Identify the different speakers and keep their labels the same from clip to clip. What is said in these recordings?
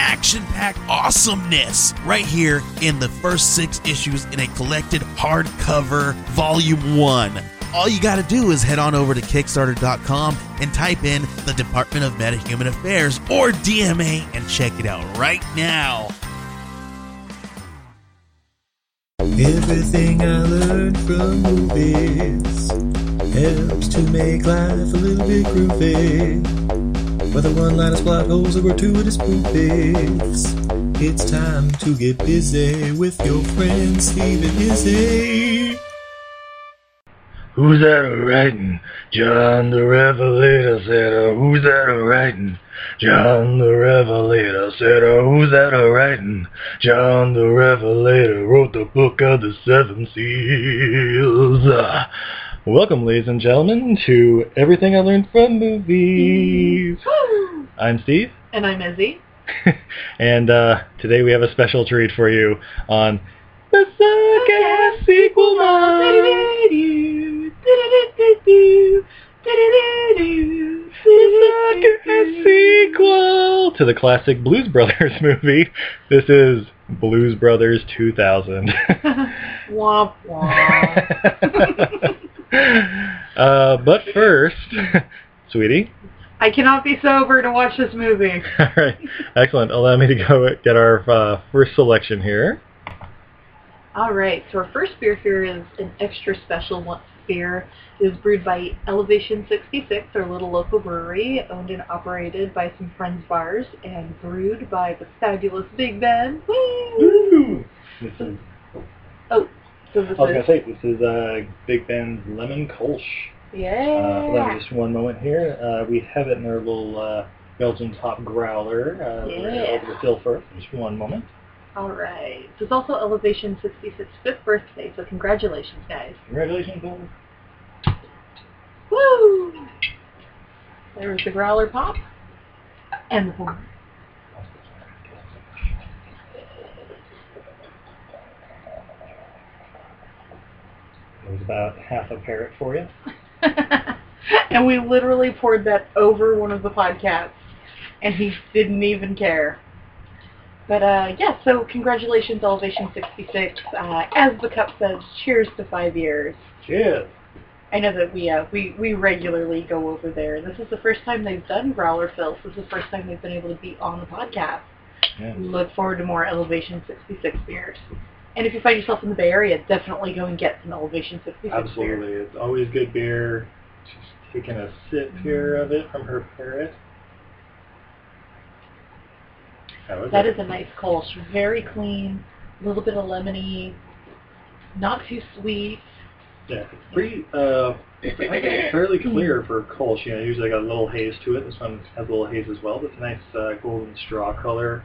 Speaker 1: action packed awesomeness right here in the first six issues in a collected hardcover volume one. All you got to do is head on over to Kickstarter.com and type in the Department of Meta Human Affairs or DMA and check it out right now.
Speaker 2: Everything I learned from movies helps to make life a little bit groovy. Whether one liners, plot holes, or gratuitous poopies, it's time to get busy with your friend Steve and Izzy.
Speaker 3: Who's that a writing? John the Revelator said, uh, who's that a writing? John the Revelator said, oh, who's that a writing? John the Revelator wrote the book of the seven seals. Uh, welcome, ladies and gentlemen, to Everything I Learned from Movies. I'm Steve,
Speaker 4: And I'm Izzy.
Speaker 3: and uh, today we have a special treat for you on the Suckass Sequel Month. a sequel to the classic Blues Brothers movie. This is Blues Brothers 2000.
Speaker 4: Womp womp.
Speaker 3: uh, but first, sweetie.
Speaker 4: I cannot be sober to watch this movie.
Speaker 3: All right, excellent. Allow me to go get our uh, first selection here.
Speaker 4: All right, so our first beer here is an extra special one- beer. It was brewed by Elevation 66, our little local brewery, owned and operated by some friends of ours, and brewed by the fabulous Big Ben. Woo!
Speaker 3: This is,
Speaker 4: So this
Speaker 3: I was gonna
Speaker 4: is,
Speaker 3: say this is uh, Big Ben's Lemon Kolsch. Uh, allow
Speaker 4: yeah.
Speaker 3: me just one moment here. Uh, we have it in our little uh, Belgian top growler. Uh, We're going to
Speaker 4: Yeah.
Speaker 3: open the fill first. Just one moment.
Speaker 4: All right. So it's also Elevation 66's fifth birthday, so congratulations, guys.
Speaker 3: Congratulations, Bill.
Speaker 4: Woo! There was the growler pop and the horn.
Speaker 3: There's about half a parrot for you.
Speaker 4: and we literally poured that over one of the podcasts, and he didn't even care. But uh, yeah, so congratulations, Elevation 66. Uh, as the cup says, cheers to five years.
Speaker 3: Cheers.
Speaker 4: I know that we uh, we we regularly go over there. This is the first time they've done growler fills. This is the first time they've been able to be on the podcast.
Speaker 3: Yeah.
Speaker 4: We look forward to more Elevation 66 beers. And if you find yourself in the Bay Area, definitely go and get some Elevation 66 beer.
Speaker 3: Absolutely. It's always good beer. She's taking a sip here of it from her parrot. How is
Speaker 4: That
Speaker 3: it?
Speaker 4: is a nice Kolsch. Very clean, a little bit of lemony, not too sweet.
Speaker 3: Yeah, it's pretty, uh, it's like fairly clear for Kolsch. You know, usually got a little haze to it. This one has a little haze as well, but it's a nice uh, golden straw color.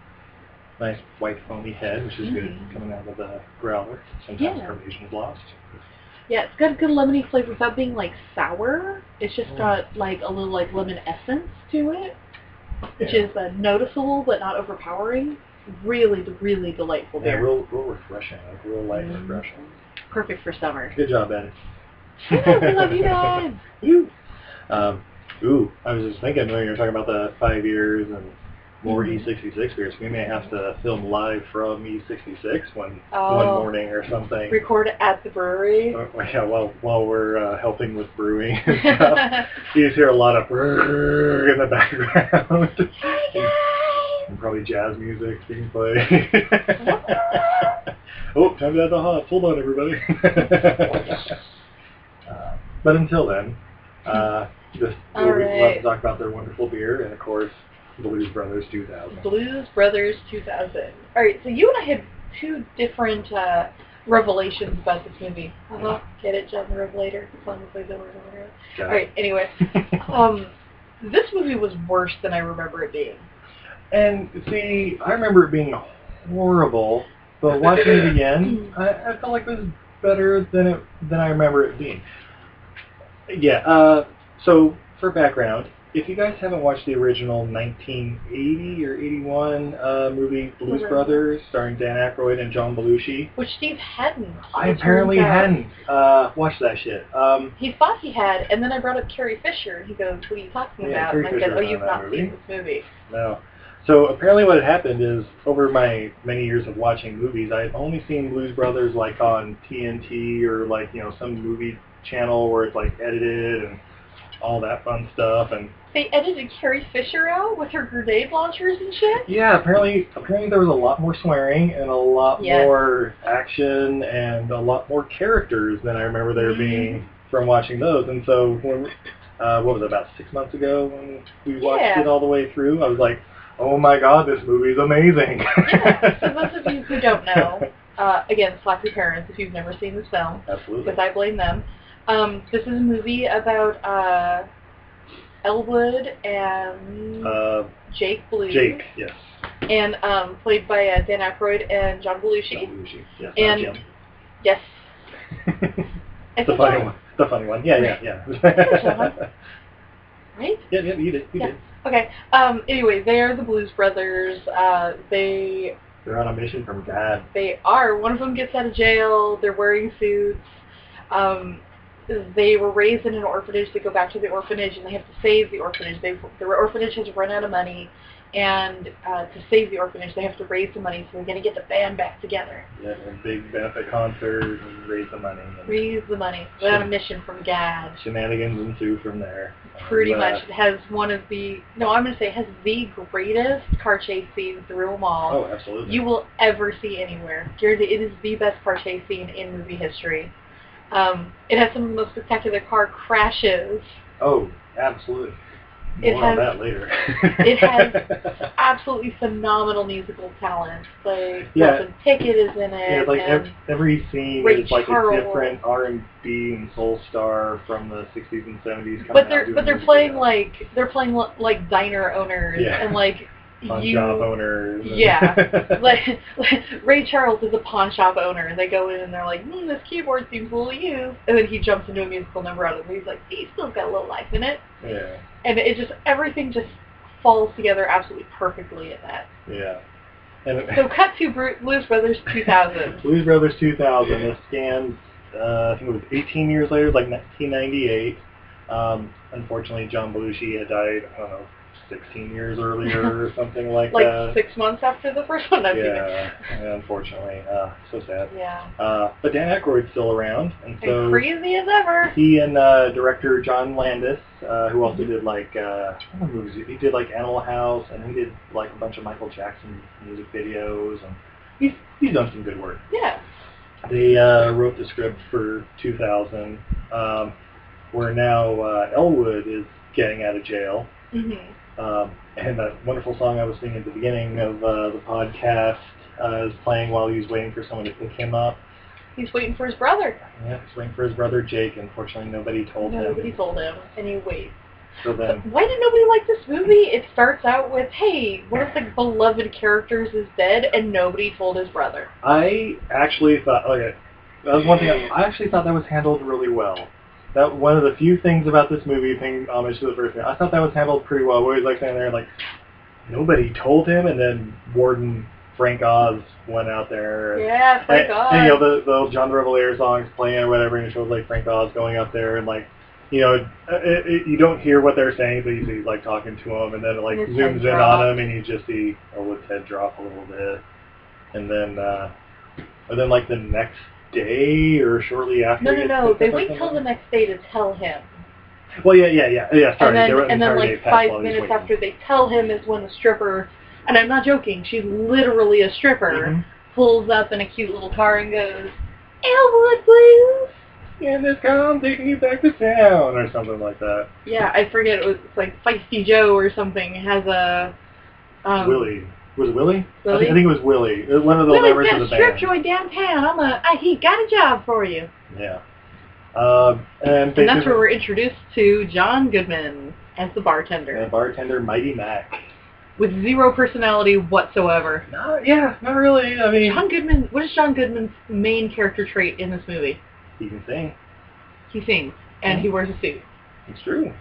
Speaker 3: Nice white foamy head, which is
Speaker 4: Mhm.
Speaker 3: good coming out of the growler. Sometimes
Speaker 4: Yeah.
Speaker 3: carbonation is lost.
Speaker 4: Yeah, it's got a good lemony flavor without being like sour. It's just
Speaker 3: Mm.
Speaker 4: got like a little like lemon essence to it, which
Speaker 3: Yeah.
Speaker 4: is uh, noticeable but not overpowering. Really, really delightful
Speaker 3: Yeah,
Speaker 4: beer.
Speaker 3: real, real refreshing, like real light
Speaker 4: Mhm.
Speaker 3: refreshing.
Speaker 4: Perfect for summer.
Speaker 3: Good job, Ben.
Speaker 4: Yeah, we love you, Dad.
Speaker 3: Woo. Um, ooh, I was just thinking when you were talking about the five years and more
Speaker 4: Mhm.
Speaker 3: E66 beers, we may have to film live from E66 one, one
Speaker 4: Oh.
Speaker 3: morning or something.
Speaker 4: Record at the brewery.
Speaker 3: Uh, Yeah, while while we're uh, helping with brewing and stuff, you just hear a lot of in the background. and probably jazz music being played. oh, time to add the hops. Hold on, everybody. uh, but until then, uh, just
Speaker 4: All
Speaker 3: we'd love to
Speaker 4: right.
Speaker 3: talk about their wonderful beer and, of course, Blues Brothers 2000.
Speaker 4: Blues Brothers 2000. All right, so you and I had two different uh, revelations about this movie. Uh-huh. Get it, John the Revelator? As long as I know where I'm going.
Speaker 3: Got
Speaker 4: All
Speaker 3: it.
Speaker 4: right, anyway. um, this movie was worse than I remember it being.
Speaker 3: And see, I remember it being horrible, But watching it again, I, I felt like it was better than it than I remember it being. Yeah. Uh, so for background, if you guys haven't watched the original 1980 or 81 uh, movie Blues
Speaker 4: Mhm.
Speaker 3: Brothers, starring Dan Aykroyd and John Belushi,
Speaker 4: Which Steve hadn't.
Speaker 3: I
Speaker 4: it turns
Speaker 3: apparently
Speaker 4: out.
Speaker 3: hadn't uh, watched that shit. Um,
Speaker 4: He thought he had, and then I brought up Carrie Fisher, and he goes, what are you talking
Speaker 3: Yeah,
Speaker 4: about?
Speaker 3: Carrie
Speaker 4: and I said,
Speaker 3: Fisher
Speaker 4: oh,
Speaker 3: was
Speaker 4: you've
Speaker 3: on that
Speaker 4: not
Speaker 3: movie.
Speaker 4: seen this movie.
Speaker 3: No. So apparently what had happened is over my many years of watching movies, I had only seen Blues Brothers like on TNT or like, you know, some movie channel where it's like edited and all that fun stuff and
Speaker 4: They edited Carrie Fisher out with her grenade launchers and shit?
Speaker 3: yeah, apparently apparently there was a lot more swearing and a lot
Speaker 4: Yeah.
Speaker 3: more action and a lot more characters than I remember there
Speaker 4: Mhm.
Speaker 3: being from watching those. And so when uh, what was it, about six months ago when we watched
Speaker 4: Yeah.
Speaker 3: it all the way through, I was like, Oh my god, this movie's amazing.
Speaker 4: yeah. For those of you who don't know, uh, again, slap your parents if you've never seen this film.
Speaker 3: Absolutely.
Speaker 4: because I blame them. Um, this is a movie about uh, Elwood and
Speaker 3: Uh,
Speaker 4: Jake Blue,
Speaker 3: Jake, yes.
Speaker 4: and um, played by uh, Dan Aykroyd and John Belushi.
Speaker 3: Not Lucy. Yes,
Speaker 4: And-
Speaker 3: not
Speaker 4: Yes,
Speaker 3: Jim.
Speaker 4: I
Speaker 3: the
Speaker 4: think
Speaker 3: funny
Speaker 4: I-
Speaker 3: one. The funny one. Yeah, yeah, yeah.
Speaker 4: John. right.
Speaker 3: yeah, yeah, you did. You did.
Speaker 4: Okay. Um, anyway, they are the Blues Brothers. Uh, they
Speaker 3: They're on a mission from God.
Speaker 4: they are. One of them gets out of jail. They're wearing suits. Um, they were raised in an orphanage. They go back to the orphanage and they have to save the orphanage. They the orphanage has run out of money, and uh, to save the orphanage, they have to raise the money. So they're going to get the band back together,
Speaker 3: Yeah, a big benefit concert and raise the money. And
Speaker 4: raise the money. They're on a mission from GAD.
Speaker 3: Shenanigans ensue from there.
Speaker 4: Pretty
Speaker 3: And, uh,
Speaker 4: much, it has one of the no, I'm going to say it has the greatest car chase scene through them all.
Speaker 3: Oh, absolutely.
Speaker 4: you will ever see anywhere. Guaranteed, it is the best car chase scene in movie history. Um, it has some of the most spectacular car crashes.
Speaker 3: oh, absolutely.
Speaker 4: It
Speaker 3: More on
Speaker 4: has-
Speaker 3: that later.
Speaker 4: it has- Absolutely phenomenal musical talent. Like
Speaker 3: Yeah.
Speaker 4: Wilson Pickett is in it.
Speaker 3: Yeah, like
Speaker 4: and,
Speaker 3: ev- every scene
Speaker 4: um, Ray
Speaker 3: is like
Speaker 4: Charles.
Speaker 3: a different R and B and soul star from the '60s and '70s. Coming
Speaker 4: but
Speaker 3: out
Speaker 4: they're
Speaker 3: doing
Speaker 4: but they're
Speaker 3: music
Speaker 4: playing
Speaker 3: videos.
Speaker 4: like they're playing li- like diner owners
Speaker 3: Yeah.
Speaker 4: and like
Speaker 3: pawn
Speaker 4: you
Speaker 3: shop owners. and-
Speaker 4: Yeah. like, Ray Charles is a pawn shop owner, and they go in and they're like, hmm, this keyboard seems a little used. And then he jumps into a musical number out of it. He's like, he's still got a little life in it.
Speaker 3: yeah,
Speaker 4: and it just everything just falls together absolutely perfectly in that.
Speaker 3: yeah. And
Speaker 4: So cut to Bru- Blues Brothers 2000.
Speaker 3: Blues Brothers 2000. It scans. Uh, I think it was 18 years later, like 1998. Um, unfortunately, John Belushi had died. I don't know, 16 years earlier or something like,
Speaker 4: Like
Speaker 3: that.
Speaker 4: six months after the first one I've
Speaker 3: yeah, unfortunately, uh, so sad.
Speaker 4: seen it. Yeah.
Speaker 3: Uh, but Dan Aykroyd's still around, and
Speaker 4: And
Speaker 3: so
Speaker 4: crazy as ever.
Speaker 3: He and uh, director John Landis, uh, who
Speaker 4: Mm-hmm.
Speaker 3: also did like uh, I don't know movies. he- He did like Animal House, and he did like a bunch of Michael Jackson music videos, and he's he's done some good work.
Speaker 4: Yeah.
Speaker 3: They uh, wrote the script for 2000, um, where now uh, Elwood is getting out of jail,
Speaker 4: Mm-hmm.
Speaker 3: um, and that wonderful song I was singing at the beginning of uh, the podcast uh, is playing while he was waiting for someone to pick him up.
Speaker 4: He's waiting for his brother.
Speaker 3: Yeah, he's waiting for his brother Jake. Unfortunately, nobody told
Speaker 4: Nobody
Speaker 3: him.
Speaker 4: told him, and he waits.
Speaker 3: So
Speaker 4: So
Speaker 3: then.
Speaker 4: why did nobody like this movie? It starts out with, hey, one of the beloved characters is dead, and nobody told his brother.
Speaker 3: I actually thought okay, that was one thing. I actually thought that was handled really well. That one of the few things about this movie, paying homage to the first one, I thought that was handled pretty well. Where he's like standing there, like nobody told him, and then Warden Frank Oz went out there. and-
Speaker 4: Yeah, thank
Speaker 3: and, and,
Speaker 4: Oh God.
Speaker 3: you know the the old John Revelator songs playing or whatever, and it shows like Frank Oz going up there and like. You know, it, it, you don't hear what they're saying, but you see like talking to him, and then it like
Speaker 4: His head
Speaker 3: zooms in
Speaker 4: drop.
Speaker 3: on him, and you just see Elwood's head drop a little bit and then uh, and then like the next day or shortly after.
Speaker 4: no,
Speaker 3: he
Speaker 4: no,
Speaker 3: gets
Speaker 4: no.
Speaker 3: picked
Speaker 4: They
Speaker 3: up or
Speaker 4: wait till the
Speaker 3: something?
Speaker 4: next day to tell him.
Speaker 3: Well, yeah, yeah, yeah, yeah. Sorry,
Speaker 4: and then,
Speaker 3: there was an
Speaker 4: and then
Speaker 3: entire day
Speaker 4: like
Speaker 3: passed
Speaker 4: five
Speaker 3: while he was
Speaker 4: minutes
Speaker 3: waiting.
Speaker 4: after they tell him is when the stripper, and I'm not joking, she's literally a stripper,
Speaker 3: Mhm.
Speaker 4: pulls up in a cute little car and goes, Elwood Blues.
Speaker 3: And this guy, I'm taking you back to town, or something like that.
Speaker 4: Yeah, I forget it was it's like Feisty Joe or something has a um,
Speaker 3: Willie was it Willie? I
Speaker 4: Willie?
Speaker 3: think, I think it was Willie. It was one of the members
Speaker 4: Willie's got
Speaker 3: of
Speaker 4: a
Speaker 3: the
Speaker 4: strip
Speaker 3: band.
Speaker 4: joint downtown. I'm a I, he got a job for you,
Speaker 3: Yeah. Um, and,
Speaker 4: and that's
Speaker 3: basically-
Speaker 4: where we're introduced to John Goodman as the bartender.
Speaker 3: and bartender Mighty Mac.
Speaker 4: with zero personality whatsoever.
Speaker 3: No, yeah, not really. I mean,
Speaker 4: John Goodman, what is John Goodman's main character trait in this movie?
Speaker 3: he can sing.
Speaker 4: He sings and
Speaker 3: Mm-hmm.
Speaker 4: he wears a suit.
Speaker 3: It's true.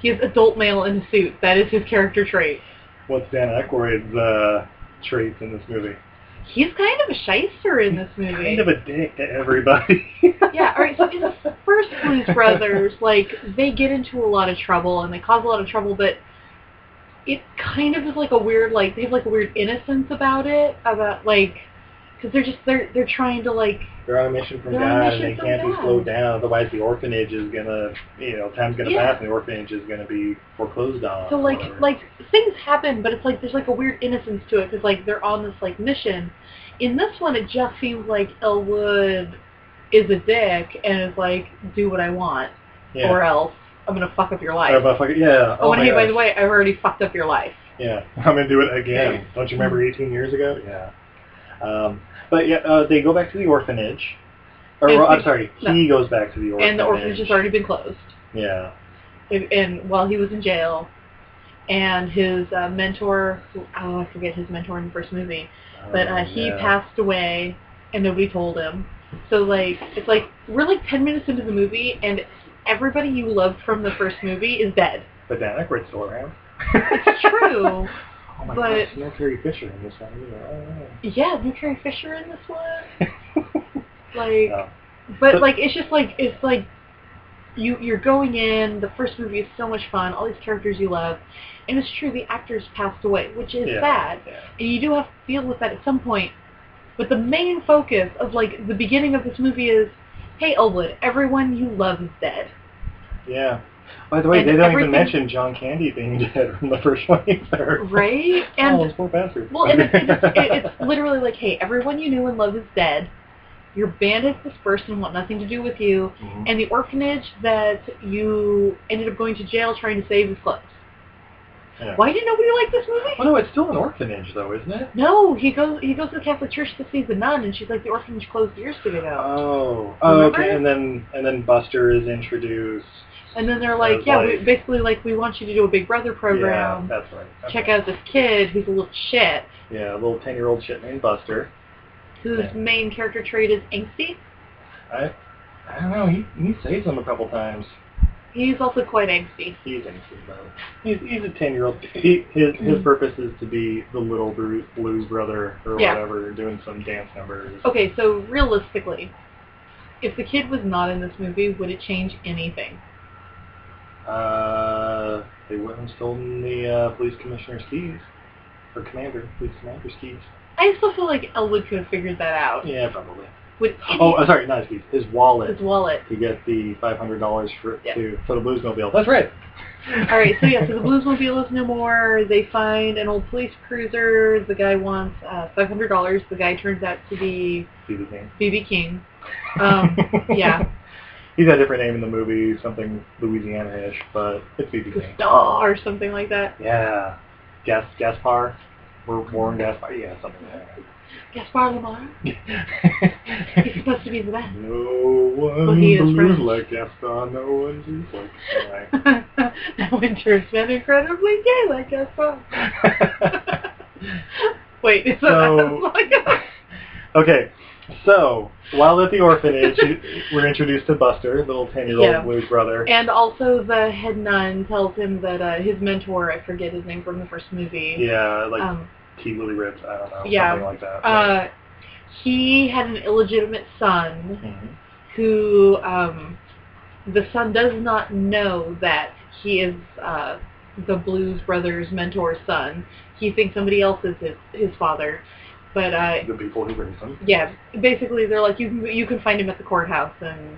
Speaker 4: He is adult male in a suit. That is his character trait.
Speaker 3: What's Dan Aykroyd's uh, traits in this movie?
Speaker 4: He's kind of a shyster in this movie.
Speaker 3: Kind of a dick to everybody.
Speaker 4: yeah, all right. So in the first Blues Brothers, like they get into a lot of trouble and they cause a lot of trouble, but it kind of is like a weird, like they have like a weird innocence about it, about like because they're just they're they're trying to like
Speaker 3: They're on a mission from
Speaker 4: They're on a
Speaker 3: God, and
Speaker 4: mission
Speaker 3: they
Speaker 4: from
Speaker 3: can't be
Speaker 4: God.
Speaker 3: slowed down. Otherwise, the orphanage is gonna, you know, time's gonna
Speaker 4: Yeah.
Speaker 3: pass, and the orphanage is gonna be foreclosed on.
Speaker 4: so
Speaker 3: or
Speaker 4: like
Speaker 3: whatever.
Speaker 4: like things happen, but it's like there's like a weird innocence to it because like they're on this like mission. In this one, it just seems like Elwood is a dick and is like do what I want
Speaker 3: yeah.
Speaker 4: or else I'm gonna fuck up your
Speaker 3: Oh,
Speaker 4: life.
Speaker 3: but fuck it, yeah.
Speaker 4: oh,
Speaker 3: Oh,
Speaker 4: and
Speaker 3: my
Speaker 4: hey, by
Speaker 3: gosh.
Speaker 4: the way, I've already fucked up your life.
Speaker 3: Yeah, I'm gonna do it again. Don't you remember
Speaker 4: Mm-hmm.
Speaker 3: 18 years ago? Yeah. Um, but yeah, uh, they go back to the orphanage. Or,
Speaker 4: And
Speaker 3: well, I'm
Speaker 4: he-
Speaker 3: sorry, he goes back to the orphanage.
Speaker 4: and the orphanage has already been closed.
Speaker 3: Yeah.
Speaker 4: And, and while he was in jail, and his uh, mentor, who- oh, I forget his mentor in the first movie, but uh,
Speaker 3: Um,
Speaker 4: he
Speaker 3: yeah.
Speaker 4: passed away, and nobody told him. So like, it's like we're like ten minutes into the movie, and everybody you loved from the first movie is dead.
Speaker 3: But Dan Aykroyd's still around.
Speaker 4: It's true.
Speaker 3: Oh my
Speaker 4: But-
Speaker 3: gosh, no Carrie Fisher in this one either. Oh,
Speaker 4: yeah, new Carrie Fisher in this one. Like,
Speaker 3: Yeah.
Speaker 4: but
Speaker 3: But-
Speaker 4: like, it's just like it's like you you're going in. The first movie is so much fun. All these characters you love, and it's true the actors passed away, which is
Speaker 3: yeah.
Speaker 4: sad.
Speaker 3: Yeah.
Speaker 4: and you do have to deal with that at some point. But the main focus of like the beginning of this movie is, hey Elwood, everyone you love is dead.
Speaker 3: Yeah. By the way,
Speaker 4: And
Speaker 3: they don't even
Speaker 4: everything-
Speaker 3: mention John Candy being dead from the first one either.
Speaker 4: Right?
Speaker 3: oh,
Speaker 4: And
Speaker 3: this poor bastard.
Speaker 4: well, and it's, it's, it- it's literally like, hey, everyone you knew and loved is dead. Your band is dispersed and want nothing to do with you.
Speaker 3: Mhm.
Speaker 4: And the orphanage that you ended up going to jail trying to save is closed.
Speaker 3: Yeah.
Speaker 4: Why did nobody like this movie?
Speaker 3: Well, no, it's still an orphanage though, isn't it?
Speaker 4: No, he goes he goes to the Catholic Church to see the nun, and she's like, the orphanage closed years ago.
Speaker 3: Oh. Oh, okay.
Speaker 4: Remember?
Speaker 3: And then and then Buster is introduced.
Speaker 4: And then they're like,
Speaker 3: As,
Speaker 4: yeah,
Speaker 3: like-
Speaker 4: we, basically like we want you to do a Big Brother program.
Speaker 3: Yeah, that's right. Okay.
Speaker 4: Check out this kid who's a little shit,
Speaker 3: Yeah, a little ten-year-old shit named Buster.
Speaker 4: whose
Speaker 3: Yeah.
Speaker 4: main character trait is angsty.
Speaker 3: I I don't know. He he saves him a couple times.
Speaker 4: He's also quite angsty.
Speaker 3: He's angsty though. He's he's a ten-year-old. He his his
Speaker 4: Mhm.
Speaker 3: purpose is to be the little Bru- blues brother or
Speaker 4: Yeah. Oh.
Speaker 3: whatever, doing some dance numbers.
Speaker 4: Okay, so realistically, if the kid was not in this movie, would it change anything?
Speaker 3: Uh, they wouldn't have stolen the uh, police commissioner's keys. Or commander, police commander's keys.
Speaker 4: I still feel like Elwood could have figured that out.
Speaker 3: Yeah, probably.
Speaker 4: Would
Speaker 3: Oh,
Speaker 4: any
Speaker 3: uh, sorry, not his keys. His wallet
Speaker 4: his wallet?
Speaker 3: to get the five hundred dollars for
Speaker 4: Yeah.
Speaker 3: to for the bluesmobile. That's right.
Speaker 4: All right, so yeah, so the Bluesmobile is no more. They find an old police cruiser. The guy wants uh, five hundred dollars. The guy turns out to be
Speaker 3: See the name.
Speaker 4: BB King. Um, yeah.
Speaker 3: He's got a different name in the movie, something Louisiana-ish, but it's BB King.
Speaker 4: Gaston or something like that.
Speaker 3: Yeah. Gas Gaspar. War- Warren Gaspar. Yeah, something like
Speaker 4: Gaspar Lamar.
Speaker 3: that.
Speaker 4: He's supposed to be the best.
Speaker 3: no one
Speaker 4: Well, he is
Speaker 3: believes
Speaker 4: French.
Speaker 3: like Gaspar. No one believes like anyway.
Speaker 4: that winter's been incredibly gay like Gaspar. Wait, is that
Speaker 3: So- okay, so while at the orphanage, we're introduced to Buster, little ten-year-old
Speaker 4: Yeah.
Speaker 3: blues brother.
Speaker 4: And also the head nun tells him that uh, his mentor, I forget his name from the first movie.
Speaker 3: Yeah, like
Speaker 4: Um,
Speaker 3: T. Lily Ribs. I don't know,
Speaker 4: yeah.
Speaker 3: something like that.
Speaker 4: uh, he had an illegitimate son
Speaker 3: Mhm.
Speaker 4: who um, the son does not know that he is uh, the Blues Brothers mentor's son. He thinks somebody else is his, his father. But uh,
Speaker 3: The people who raised him.
Speaker 4: yeah, basically they're like, you can, you can find him at the courthouse. And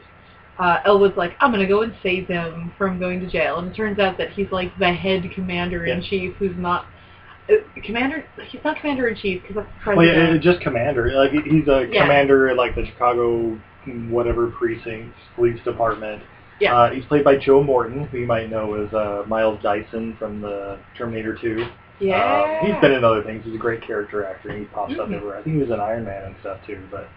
Speaker 4: uh, Elwood's like, I'm going to go and save him from going to jail. And it turns out that he's like the head commander-in-chief who's not... Uh, commander? He's not commander-in-chief because that's the
Speaker 3: Well,
Speaker 4: president.
Speaker 3: yeah, just commander. Like he- he's a
Speaker 4: Yeah.
Speaker 3: commander at like the Chicago whatever precinct police department.
Speaker 4: Yeah.
Speaker 3: Uh, he's played by Joe Morton, who you might know as uh, Miles Dyson from the Terminator 2.
Speaker 4: Yeah.
Speaker 3: Um, he's been in other things. He's a great character actor. He pops up
Speaker 4: Mhm.
Speaker 3: everywhere. I think he was in Iron Man and stuff too. But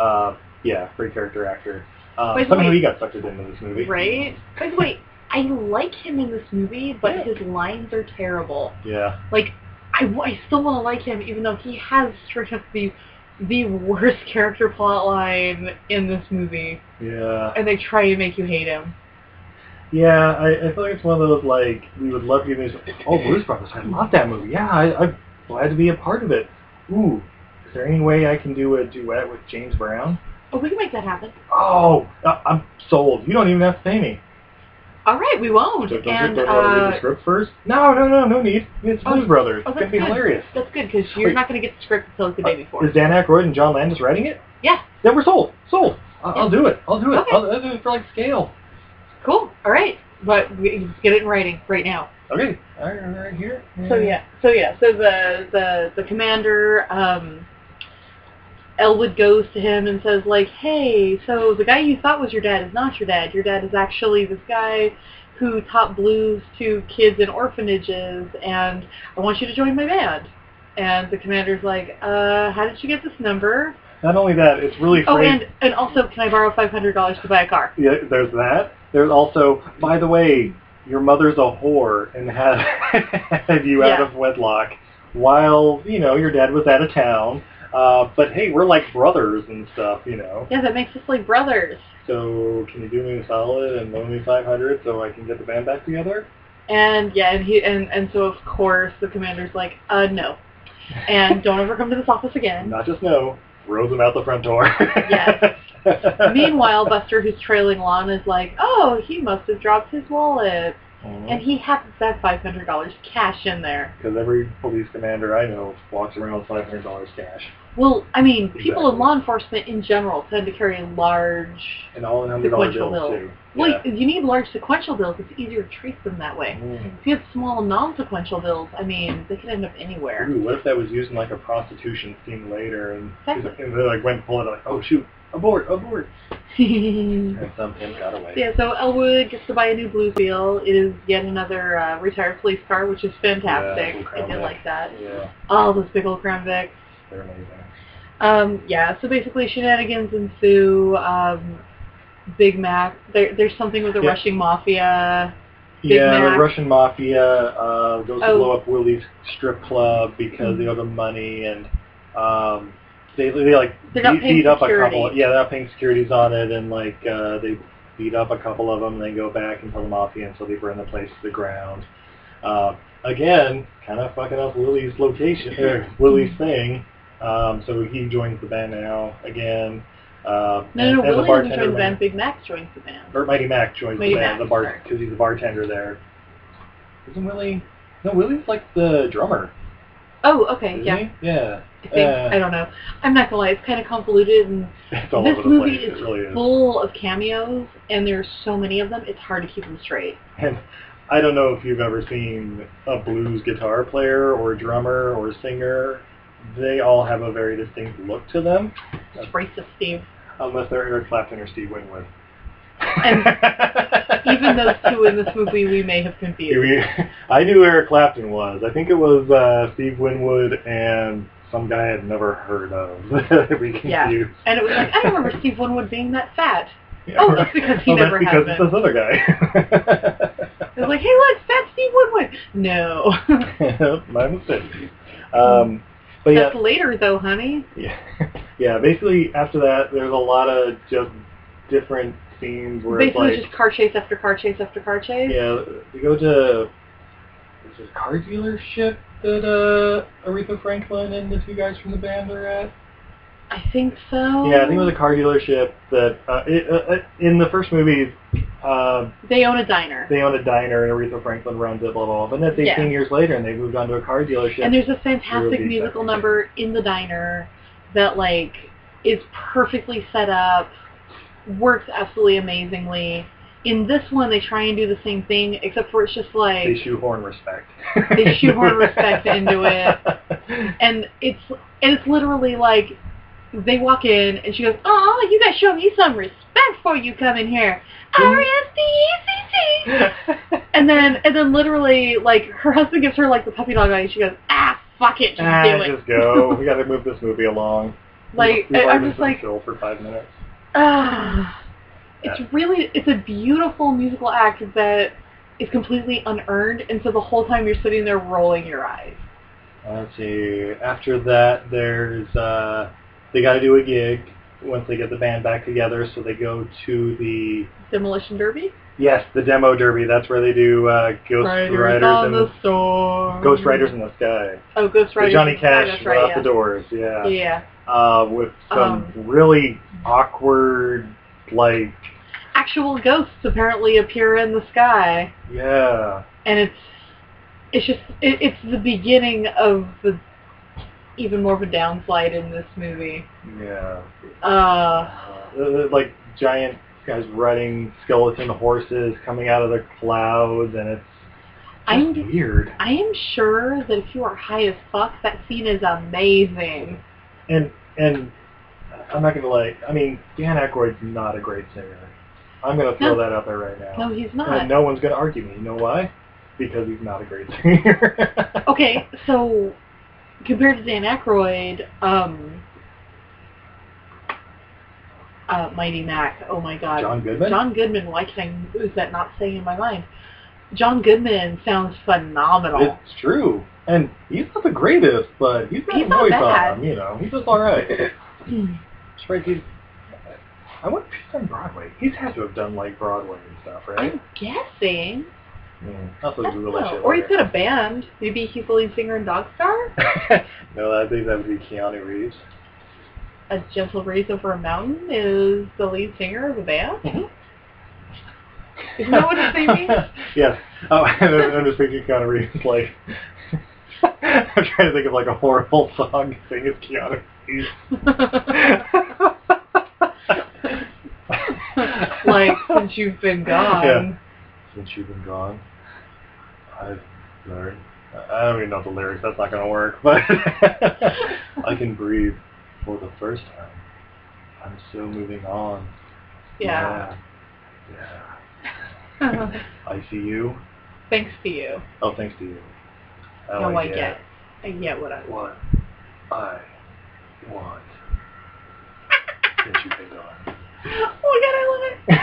Speaker 3: uh, yeah, great character actor. Um,
Speaker 4: By the
Speaker 3: somehow
Speaker 4: way-
Speaker 3: he got sucked into this movie.
Speaker 4: Right? By the way, I I like him in this movie, but his lines are terrible.
Speaker 3: Yeah.
Speaker 4: Like, I, w- I still want to like him, even though he has straight up the the worst character plot line in this movie,
Speaker 3: Yeah.
Speaker 4: and they try to make you hate him.
Speaker 3: Yeah, I, I feel like it's one of those like we would love to give news. Oh, Blues Brothers! I love that movie. Yeah, I, I'm glad to be a part of it. Ooh, is there any way I can do a duet with James Brown?
Speaker 4: Oh, we can make that happen.
Speaker 3: Oh, I, I'm sold. You don't even have to pay me.
Speaker 4: All right, we won't.
Speaker 3: So don't
Speaker 4: and
Speaker 3: you don't want to read the
Speaker 4: uh,
Speaker 3: script first? No, no, no, no need. It's
Speaker 4: Oh,
Speaker 3: Blues Brothers.
Speaker 4: oh,
Speaker 3: it's gonna
Speaker 4: that's
Speaker 3: be
Speaker 4: good.
Speaker 3: hilarious.
Speaker 4: that's good because you're
Speaker 3: Wait. Uh,
Speaker 4: not going to get the script until the day before.
Speaker 3: Is Dan Aykroyd and John Landis writing it?
Speaker 4: Yeah.
Speaker 3: Then we're sold. Sold. I- I'll do it. I'll do it.
Speaker 4: Okay.
Speaker 3: I'll, I'll do it for like scale.
Speaker 4: Cool. All right, but we, you just get it in writing right now.
Speaker 3: Okay. All right, right here.
Speaker 4: So yeah, so yeah, so the the the commander, um, Elwood goes to him and says like, hey, so the guy you thought was your dad is not your dad. Your dad is actually this guy who taught blues to kids in orphanages, and I want you to join my band. And the commander's like, uh, how did you get this number?
Speaker 3: Not only that, it's really
Speaker 4: Oh,
Speaker 3: phrased-
Speaker 4: and and also, can I borrow five hundred dollars to buy a car?
Speaker 3: Yeah, there's that. There's also, by the way, your mother's a whore and had, had you out
Speaker 4: Yeah.
Speaker 3: of wedlock while, you know, your dad was out of town. Uh, but hey, we're like brothers and stuff, you know.
Speaker 4: Yeah, that makes us like brothers.
Speaker 3: So can you do me a solid and loan me 500 so I can get the band back together?
Speaker 4: And yeah, and he and, and so of course the commander's like, uh no. And don't ever come to this office
Speaker 3: And
Speaker 4: again.
Speaker 3: not just no, throws him out the front door.
Speaker 4: Yes. Meanwhile, Buster who's trailing Lon is like, Oh, he must have dropped his wallet. And he happens to have five hundred dollars cash in there.
Speaker 3: Uh-huh. Because every police commander I know walks around with $500 cash.
Speaker 4: Well, I mean, people in
Speaker 3: Exactly.
Speaker 4: law enforcement in general tend to carry large
Speaker 3: And all in $100
Speaker 4: Sequential
Speaker 3: bills,
Speaker 4: bill.
Speaker 3: too.
Speaker 4: well,
Speaker 3: Yeah.
Speaker 4: you need large sequential bills, it's easier to trace them that way.
Speaker 3: Mm.
Speaker 4: If you have small non-sequential bills, I mean, they could end up anywhere.
Speaker 3: Ooh, what if that was used in like a prostitution scene later, and,
Speaker 4: Exactly.
Speaker 3: and they like went and pulled it, like, oh shoot, abort, abort, and some pimp got away.
Speaker 4: Yeah, so Elwood gets to buy a new blue wheel. It is yet another uh, retired police car, which is fantastic.
Speaker 3: Yeah, cool
Speaker 4: I did
Speaker 3: combo.
Speaker 4: like that.
Speaker 3: Yeah,
Speaker 4: Oh, those big old Crown Vics.
Speaker 3: they're amazing.
Speaker 4: Um, yeah, so basically shenanigans ensue. Um, Big Mac. There, there's something with the
Speaker 3: Yeah.
Speaker 4: rushing mafia. Big
Speaker 3: yeah,
Speaker 4: Mac.
Speaker 3: the Russian mafia uh, goes
Speaker 4: Oh.
Speaker 3: to blow up Willie's strip club because they owe them money, and um, they they like
Speaker 4: They're not
Speaker 3: beat,
Speaker 4: paying
Speaker 3: beat up a
Speaker 4: security.
Speaker 3: couple. Yeah, they're not paying securities on it, and like uh, they beat up a couple of them, and they go back and tell the mafia, and so they burn the place to the ground. Uh, again, kind of fucking up Willie's location, er, Willie's thing. Um, so he joins the band now again. Uh,
Speaker 4: No,
Speaker 3: and, and
Speaker 4: no, no
Speaker 3: the
Speaker 4: Willie doesn't
Speaker 3: bartender
Speaker 4: join the
Speaker 3: man-
Speaker 4: band. Big Mac joins the band.
Speaker 3: or Mighty Mac joins
Speaker 4: Mighty
Speaker 3: the band,
Speaker 4: Mac,
Speaker 3: the bar
Speaker 4: sorry.
Speaker 3: because he's a bartender there. Isn't Willie? No, Willie's like the drummer.
Speaker 4: Oh, okay,
Speaker 3: Isn't
Speaker 4: yeah.
Speaker 3: He? Yeah.
Speaker 4: I think
Speaker 3: Uh,
Speaker 4: I don't know. I'm not gonna lie, it's kind of convoluted and
Speaker 3: It's all
Speaker 4: this
Speaker 3: over the
Speaker 4: movie
Speaker 3: place.
Speaker 4: is
Speaker 3: it really is.
Speaker 4: full of cameos, and there's so many of them. It's hard to keep them straight.
Speaker 3: And I don't know if you've ever seen a blues guitar player or drummer or singer. They all have a very distinct look to them,
Speaker 4: It's racist, Steve.
Speaker 3: unless they're Eric Clapton or Steve Winwood.
Speaker 4: And Even those two in this movie we may have confused.
Speaker 3: I knew Eric Clapton was. I think it was uh, Steve Winwood and some guy I'd never heard of. that we confused.
Speaker 4: Yeah. And it was like, I don't remember Steve Winwood being that fat.
Speaker 3: Yeah.
Speaker 4: Oh, that's because he
Speaker 3: Oh,
Speaker 4: never
Speaker 3: that's
Speaker 4: has
Speaker 3: because it's
Speaker 4: been.
Speaker 3: this other guy.
Speaker 4: It was like, hey, look, fat Steve Winwood. No.
Speaker 3: My mistake. Um, but yeah,
Speaker 4: Hmm. That's later, though, honey.
Speaker 3: yeah, yeah. Basically, after that, there's a lot of just different scenes where it's
Speaker 4: Basically,
Speaker 3: like,
Speaker 4: just car chase after car chase after car chase.
Speaker 3: yeah, we go to is it a car dealership that uh, Aretha Franklin and the two guys from the band are at.
Speaker 4: I think so.
Speaker 3: Yeah, I think it was a car dealership that uh, it, uh, uh, in the first movie, uh,
Speaker 4: They own a diner.
Speaker 3: they own a diner and Aretha Franklin runs it, blah blah. blah. But that's 18
Speaker 4: Yeah.
Speaker 3: years later, and they moved on to a car dealership.
Speaker 4: and there's a
Speaker 3: Zero
Speaker 4: fantastic
Speaker 3: beats
Speaker 4: musical
Speaker 3: everything.
Speaker 4: number in the diner that, like, is perfectly set up, works absolutely amazingly. In this one, they try and do the same thing, except for it's just like...
Speaker 3: they shoehorn respect.
Speaker 4: They shoehorn respect into it.
Speaker 3: it.
Speaker 4: and it's and it's literally like they walk in and she goes, "Oh, you gotta show me some respect before you come in here."
Speaker 3: Mm-hmm.
Speaker 4: R E S P E C C. And then and then literally like her husband gives her like the puppy dog eye and she goes, "Ah, fuck it, just do
Speaker 3: ah,
Speaker 4: it."
Speaker 3: just go. We got to move this movie along.
Speaker 4: like
Speaker 3: We've
Speaker 4: I-
Speaker 3: already
Speaker 4: I'm
Speaker 3: been
Speaker 4: just like,
Speaker 3: still for five minutes.
Speaker 4: ah. It's really it's a beautiful musical act that is completely unearned, and so the whole time you're sitting there rolling your eyes.
Speaker 3: Uh, Let's see. After that, there's uh, they got to do a gig once they get the band back together. So they go to the
Speaker 4: Demolition Derby?
Speaker 3: yes, the demo derby. That's where they do uh, Ghost
Speaker 4: Riders,
Speaker 3: Riders,
Speaker 4: on
Speaker 3: and
Speaker 4: the Storm.
Speaker 3: Ghost Riders in the Sky.
Speaker 4: Oh, Ghost
Speaker 3: The
Speaker 4: Riders.
Speaker 3: Johnny
Speaker 4: in the Sky,
Speaker 3: Cash
Speaker 4: That's right,
Speaker 3: out
Speaker 4: yeah.
Speaker 3: the doors. Yeah.
Speaker 4: Yeah.
Speaker 3: Uh, with some
Speaker 4: Um,
Speaker 3: really awkward like
Speaker 4: Actual ghosts apparently appear in the sky,
Speaker 3: yeah.
Speaker 4: and it's it's just it, it's the beginning of the even more of a downslide in this movie.
Speaker 3: Yeah.
Speaker 4: Uh,
Speaker 3: Uh, like giant guys riding skeleton horses coming out of the clouds, and it's
Speaker 4: I'm
Speaker 3: just weird.
Speaker 4: I am sure that if you are high as fuck, that scene is amazing.
Speaker 3: And and I'm not gonna like. I mean, Dan Aykroyd's not a great singer. I'm gonna throw
Speaker 4: No.
Speaker 3: that out there right now.
Speaker 4: No, he's
Speaker 3: And
Speaker 4: not.
Speaker 3: no one's gonna argue me. You know why? Because he's not a great singer.
Speaker 4: Okay, so compared to Dan Aykroyd, um, uh, Mighty Mac. Oh my God,
Speaker 3: John Goodman.
Speaker 4: John Goodman. Why can I? Is that not staying in my mind? John Goodman sounds phenomenal.
Speaker 3: It's true. And he's not the greatest, but he's got
Speaker 4: He's
Speaker 3: a
Speaker 4: not
Speaker 3: voice
Speaker 4: bad.
Speaker 3: on him. You know, he's just all right.
Speaker 4: Hmm.
Speaker 3: It's right. He's. I wonder if he's done Broadway. He's had to have done like Broadway and stuff, right?
Speaker 4: I'm guessing.
Speaker 3: Mm. That's what
Speaker 4: I
Speaker 3: he's
Speaker 4: don't
Speaker 3: really
Speaker 4: know.
Speaker 3: shit
Speaker 4: Or he's
Speaker 3: later.
Speaker 4: got a band. Maybe he's the lead singer in Dogstar.
Speaker 3: no, I think that would be Keanu Reeves.
Speaker 4: A Gentle Breeze Over a Mountain is the lead singer of a band.
Speaker 3: Mhm.
Speaker 4: Isn't that what his name means?
Speaker 3: yes. Oh, I'm just thinking Keanu Reeves. Like, I'm trying to think of like a horrible song to sing as Keanu Reeves.
Speaker 4: like since you've been gone.
Speaker 3: Since you've been gone, I've learned. I don't even know the lyrics. That's not gonna work. But I can breathe for the first time. I'm still moving on.
Speaker 4: Yeah.
Speaker 3: Yeah. Yeah. I see you.
Speaker 4: Thanks to you.
Speaker 3: Oh, thanks to you. Oh,
Speaker 4: No, I get. I get what I want.
Speaker 3: What I want. Since you've been gone.
Speaker 4: Oh my god, I love it. I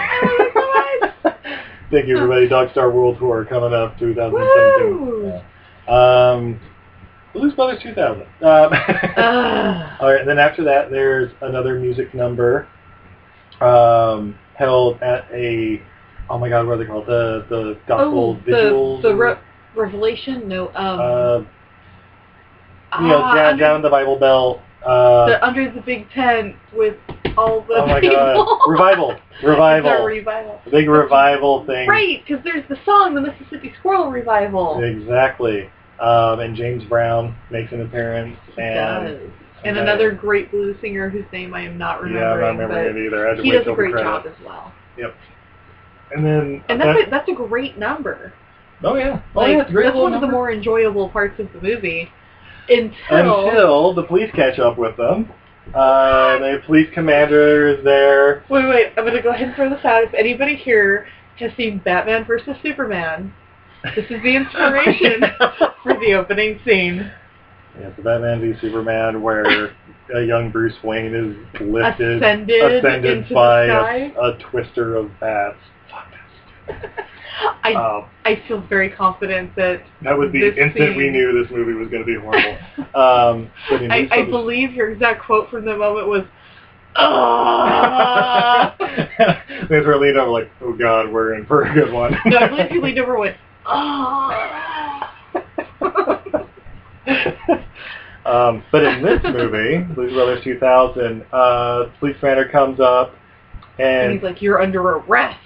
Speaker 4: love it
Speaker 3: Thank you, everybody. Dogstar World Tour coming up
Speaker 4: Woo!
Speaker 3: 2017. Yeah. Um, Blues Brothers 2000. Um,
Speaker 4: so much. Ugh.
Speaker 3: all right, and then after that, there's another music number um, held at a oh my god, what are they called? The the gospel
Speaker 4: Oh, the,
Speaker 3: visuals.
Speaker 4: the re- revelation? No, um,
Speaker 3: uh, you know,
Speaker 4: ah,
Speaker 3: down,
Speaker 4: under,
Speaker 3: down the Bible Belt. Uh,
Speaker 4: the, under the big tent with all the
Speaker 3: oh my
Speaker 4: people.
Speaker 3: god, revival,
Speaker 4: It's a
Speaker 3: revival,
Speaker 4: revival.
Speaker 3: The big revival thing.
Speaker 4: Right, because there's the song, the Mississippi Squirrel Revival.
Speaker 3: Exactly. Um, and James Brown makes an appearance, and
Speaker 4: does. And another great blues singer whose name I am not
Speaker 3: yeah, I
Speaker 4: remembering,
Speaker 3: don't remember it either. I had to
Speaker 4: but he
Speaker 3: wait
Speaker 4: does a
Speaker 3: till the
Speaker 4: great job
Speaker 3: credits.
Speaker 4: as well.
Speaker 3: And then, uh,
Speaker 4: And that's a, that's a great number.
Speaker 3: oh yeah, oh
Speaker 4: Like,
Speaker 3: yeah, it's a great
Speaker 4: that's
Speaker 3: little
Speaker 4: one of the
Speaker 3: number.
Speaker 4: more enjoyable parts of the movie. Until,
Speaker 3: until the police catch up with them. Uh, the police commander is there.
Speaker 4: wait, wait, I'm gonna go ahead and throw this out. If anybody here has seen Batman versus Superman, this is the inspiration for the opening scene.
Speaker 3: Yeah, it's the Batman v Superman where a young Bruce Wayne is lifted,
Speaker 4: Ascended,
Speaker 3: ascended
Speaker 4: into
Speaker 3: by
Speaker 4: the
Speaker 3: a,
Speaker 4: sky.
Speaker 3: a twister of bats. Fuck
Speaker 4: I
Speaker 3: Um,
Speaker 4: I feel very confident that
Speaker 3: that was the
Speaker 4: This
Speaker 3: instant we
Speaker 4: scene-
Speaker 3: knew this movie was going to be horrible. um, but in
Speaker 4: I,
Speaker 3: this
Speaker 4: I
Speaker 3: one-
Speaker 4: believe your exact quote from the moment was, "Ah."
Speaker 3: That's where Lena was like, oh god, we're in for a good one.
Speaker 4: No, I believe you leaned over and went, "Ah."
Speaker 3: um, but in this movie, Blues Brothers 2000, uh, police commander comes up
Speaker 4: And
Speaker 3: and
Speaker 4: he's like, you're under arrest.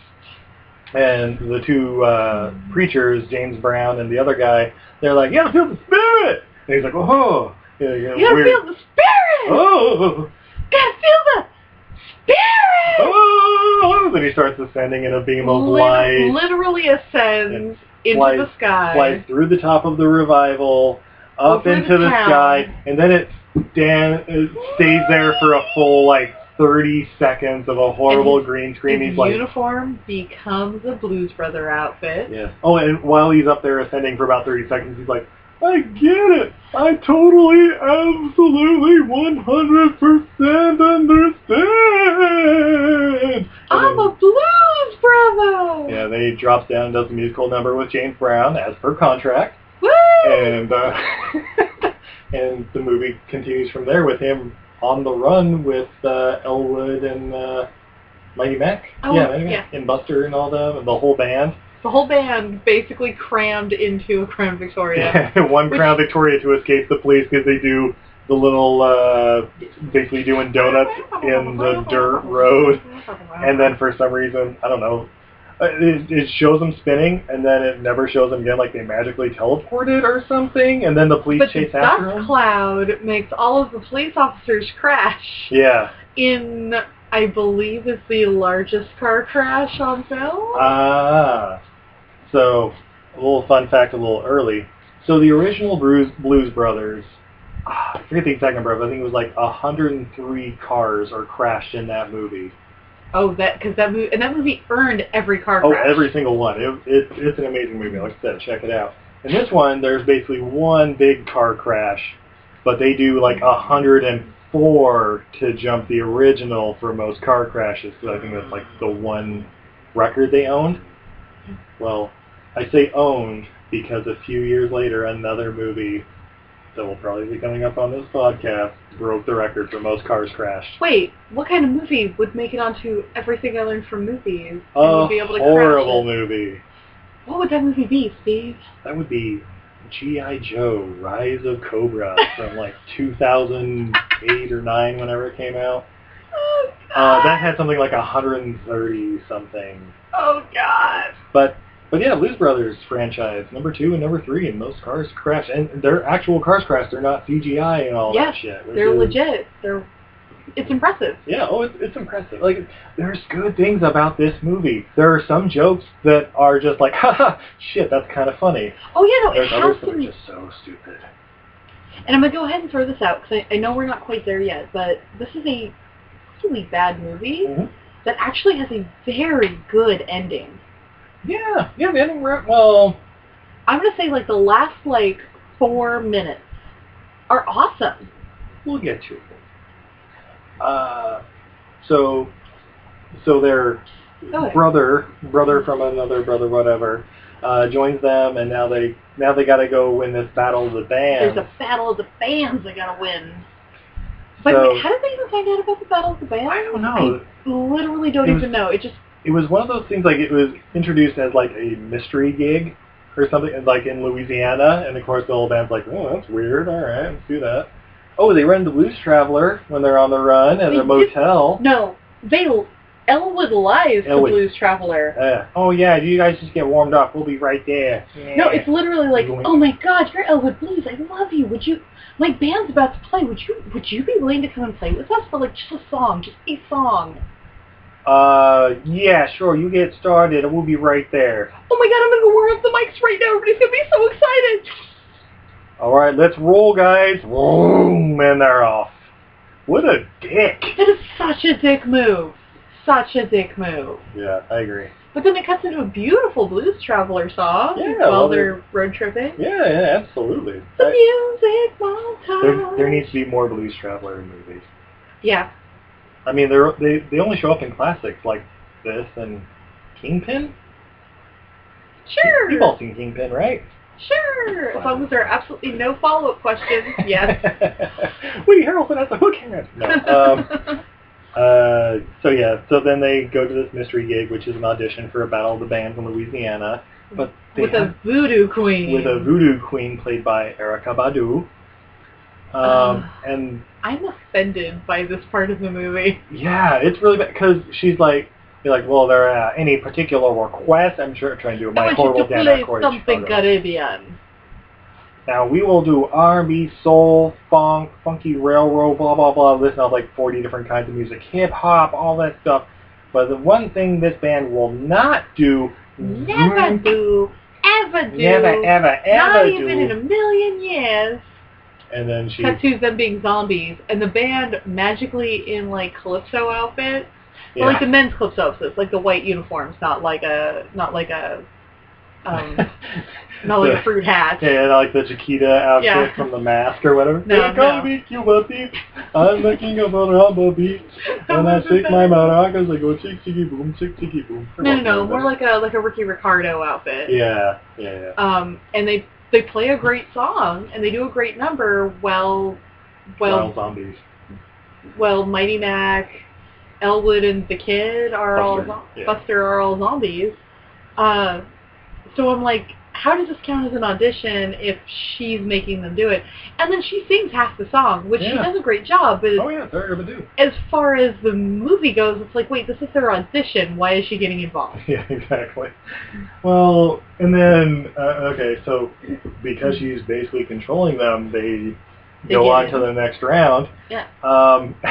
Speaker 3: and the two uh, preachers, James Brown and the other guy, they're like, you gotta feel the spirit. And he's like, oh, yeah, yeah,
Speaker 4: You gotta
Speaker 3: weird.
Speaker 4: feel the spirit!
Speaker 3: oh,
Speaker 4: Gotta feel the spirit!
Speaker 3: oh, and he starts ascending in a beam of
Speaker 4: Lit-
Speaker 3: light.
Speaker 4: literally ascends into
Speaker 3: flies-
Speaker 4: the sky.
Speaker 3: flies through the top of the revival, up
Speaker 4: Over
Speaker 3: into
Speaker 4: the
Speaker 3: the
Speaker 4: town.
Speaker 3: sky, and then it stand, it stays there for a full like 30 seconds of a horrible
Speaker 4: And
Speaker 3: green
Speaker 4: His
Speaker 3: screen. He's like,
Speaker 4: uniform becomes a Blues Brother outfit.
Speaker 3: yeah. Oh, and while he's up there ascending for about 30 seconds, he's like, I get it. I totally, absolutely, 100% understand. And
Speaker 4: I'm
Speaker 3: then-
Speaker 4: a Blues Brother!
Speaker 3: yeah, they drops down and does a musical number with James Brown as per contract,
Speaker 4: Woo!
Speaker 3: and uh, and the movie continues from there with him on the run with uh, Elwood and uh, Mighty Mac,
Speaker 4: Oh,
Speaker 3: yeah, Mighty Mac. and Buster and all them, and the whole band.
Speaker 4: the whole band basically crammed into a Crown Victoria.
Speaker 3: One
Speaker 4: Which-
Speaker 3: Crown Victoria to escape the police because they do the little uh, basically doing donuts in the dirt road. and then for some reason, I don't know, uh, it, it shows them spinning, and then it never shows them again, like they magically teleported or something, and then the police
Speaker 4: but the
Speaker 3: chase after
Speaker 4: dust
Speaker 3: them.
Speaker 4: cloud makes all of the police officers crash
Speaker 3: yeah,
Speaker 4: in, I believe, is the largest car crash on film.
Speaker 3: ah, so a little fun fact, a little early. So the original Blues, Blues Brothers, ah, I forget the exact number, but I think it was like 103 cars are crashed in that movie.
Speaker 4: oh, that because that movie and that movie earned every car
Speaker 3: Oh,
Speaker 4: crash.
Speaker 3: every single one. It, it, it's an amazing movie. Like I said, check it out. In this one, there's basically one big car crash, but they do like 104 to jump the original for most car crashes because I think that's like the one record they owned. Well, I say owned because a few years later, another movie that will probably be coming up on this podcast broke the record for most cars crashed.
Speaker 4: Wait, what kind of movie would make it onto everything I learned from movies? and
Speaker 3: A
Speaker 4: would be able to
Speaker 3: horrible
Speaker 4: Crash
Speaker 3: movie.
Speaker 4: it? What would that movie be, Steve?
Speaker 3: That would be G.I. Joe, Rise of Cobra from like 2008 or 9, whenever it came out.
Speaker 4: Oh
Speaker 3: Uh,
Speaker 4: God!
Speaker 3: that had something like 130 something.
Speaker 4: oh God!
Speaker 3: But but yeah, Blues Brothers franchise, number two and number three, and most cars crash. And they're actual cars crash. They're not CGI and all
Speaker 4: Yeah,
Speaker 3: that shit. which
Speaker 4: They're
Speaker 3: is-
Speaker 4: legit. They're it's impressive.
Speaker 3: Yeah, oh, it's, it's impressive. Like, there's good things about this movie. There are some jokes that are just like, haha, shit, that's kind of funny.
Speaker 4: Oh yeah, no, it
Speaker 3: There's others
Speaker 4: has
Speaker 3: that
Speaker 4: to
Speaker 3: are
Speaker 4: be
Speaker 3: just so stupid.
Speaker 4: And I'm gonna go ahead and throw this out because I, I know we're not quite there yet, but this is a really bad movie
Speaker 3: Mhm.
Speaker 4: that actually has a very good ending.
Speaker 3: Yeah, yeah, the ending wrap. Well,
Speaker 4: I'm gonna say like the last like four minutes are awesome.
Speaker 3: we'll get to it. Uh, so, so their
Speaker 4: Okay.
Speaker 3: brother, brother from another brother, whatever, uh, joins them, and now they now they got to go win this battle of the
Speaker 4: There's
Speaker 3: bands.
Speaker 4: a battle of the bands they gotta win. But
Speaker 3: So-
Speaker 4: wait, how did they even find out about the battle of the bands?
Speaker 3: I don't know.
Speaker 4: I literally don't
Speaker 3: It was-
Speaker 4: even know. It just
Speaker 3: It was one of those things like it was introduced as like a mystery gig or something, and, like in Louisiana, and of course the whole band's like, oh, that's weird. All right, let's do that. Oh, they run into Blues Traveler when they're on the run at
Speaker 4: They
Speaker 3: a
Speaker 4: did-
Speaker 3: motel.
Speaker 4: no. They Elwood lies
Speaker 3: Elwood.
Speaker 4: to Blues Traveler.
Speaker 3: Uh, oh yeah, you guys just get warmed up. We'll be right there.
Speaker 4: No, it's literally like,
Speaker 3: Going-
Speaker 4: oh my God, you're Elwood Blues. I love you. Would you? My band's about to play. Would you? Would you be willing to come and play with us for like just a song, just a song?
Speaker 3: uh, yeah, sure. You get started, and we'll be right there.
Speaker 4: Oh my God, I'm gonna go warm up the mics right now. Everybody's gonna be so excited.
Speaker 3: All right, let's roll, guys. Boom, and they're off. What a dick.
Speaker 4: That is such a dick move. Such a dick move.
Speaker 3: Yeah, I agree.
Speaker 4: But then it cuts into a beautiful blues traveler song
Speaker 3: Yeah, well,
Speaker 4: while they're road tripping.
Speaker 3: Yeah, yeah, absolutely.
Speaker 4: The
Speaker 3: I-
Speaker 4: music montage.
Speaker 3: there, there needs to be more Blues Traveler movies.
Speaker 4: yeah,
Speaker 3: I mean, they're they they only show up in classics like this and Kingpin.
Speaker 4: sure,
Speaker 3: You've all seen Kingpin, right?
Speaker 4: sure. As long as there are absolutely no follow-up questions. Yes.
Speaker 3: Woody Harrelson has a hook hand. No. Um, Uh, so yeah, so then they go to this mystery gig, which is an audition for a battle of the bands in Louisiana, but they
Speaker 4: with
Speaker 3: have,
Speaker 4: a voodoo queen.
Speaker 3: with a voodoo queen played by Erica Badu. Um,
Speaker 4: Ah.
Speaker 3: and
Speaker 4: I'm offended by this part of the movie.
Speaker 3: yeah, it's really bad because she's like, you're like, well, there are any particular request? I'm sure trying to do my
Speaker 4: I want you
Speaker 3: horrible
Speaker 4: to play
Speaker 3: Dan Aykroyd
Speaker 4: something
Speaker 3: Chicago.
Speaker 4: Caribbean.
Speaker 3: Now we will do R&B, soul, funk, funky railroad, blah blah blah. Listen to like 40 different kinds of music, hip hop, all that stuff. But the one thing this band will not do, Mm,
Speaker 4: Never do, ever do,
Speaker 3: Mm-hmm. never e-, ever
Speaker 4: not
Speaker 3: ever
Speaker 4: even in a
Speaker 3: do.
Speaker 4: million years.
Speaker 3: And then she,
Speaker 4: Cut to them being zombies, and the band magically in like calypso outfits, Well, like
Speaker 3: yeah,
Speaker 4: the men's calypso outfits, like the white uniforms, not like a not like a um, not like a fruit hat.
Speaker 3: And like the Chiquita outfit
Speaker 4: Yeah.
Speaker 3: from The Mask or whatever.
Speaker 4: No,
Speaker 3: They're gonna
Speaker 4: no.
Speaker 3: be Cuba beef. I'm the king of Araba beef. And I
Speaker 4: That wasn't
Speaker 3: shake my
Speaker 4: that-
Speaker 3: maracas. I go chick chicky boom, chick chicky boom.
Speaker 4: No, no, no, more like a like a Ricky Ricardo outfit.
Speaker 3: Yeah, yeah, yeah.
Speaker 4: Um, and they they play a great song and they do a great number while while
Speaker 3: Wild zombies.
Speaker 4: while Mighty Mac, Elwood, and the Kid
Speaker 3: Buster,
Speaker 4: are all zo-
Speaker 3: yeah.
Speaker 4: Buster are all zombies. Uh, so I'm like, how does this count as an audition if she's making them do it? And then she sings half the song, which she
Speaker 3: Yeah.
Speaker 4: does a great job. But
Speaker 3: Oh yeah, Sarah Badu.
Speaker 4: as far as the movie goes, it's like, wait, this is their audition. Why is she getting involved?
Speaker 3: Yeah, exactly. Well, and then uh, okay, so because she's basically controlling them, they,
Speaker 4: They
Speaker 3: go
Speaker 4: get
Speaker 3: on
Speaker 4: in.
Speaker 3: to the next round.
Speaker 4: Yeah.
Speaker 3: Um,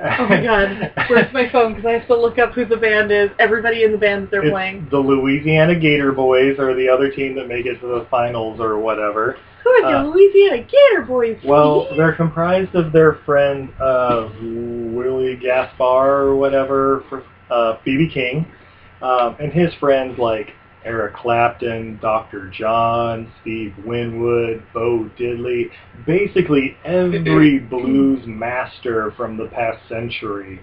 Speaker 4: Oh my god, where's my phone? Because I have to look up who the band is. Everybody in the band that they're
Speaker 3: It's
Speaker 4: playing.
Speaker 3: The Louisiana Gator Boys are the other team that make it to the finals or whatever.
Speaker 4: Who are the
Speaker 3: uh,
Speaker 4: Louisiana Gator Boys?
Speaker 3: Well, they're comprised of their friend uh, Willie Gaspar or whatever, fr- uh, BB King, um, and his friends like Eric Clapton, Dr. John, Steve Winwood, Bo Diddley, basically every blues master from the past century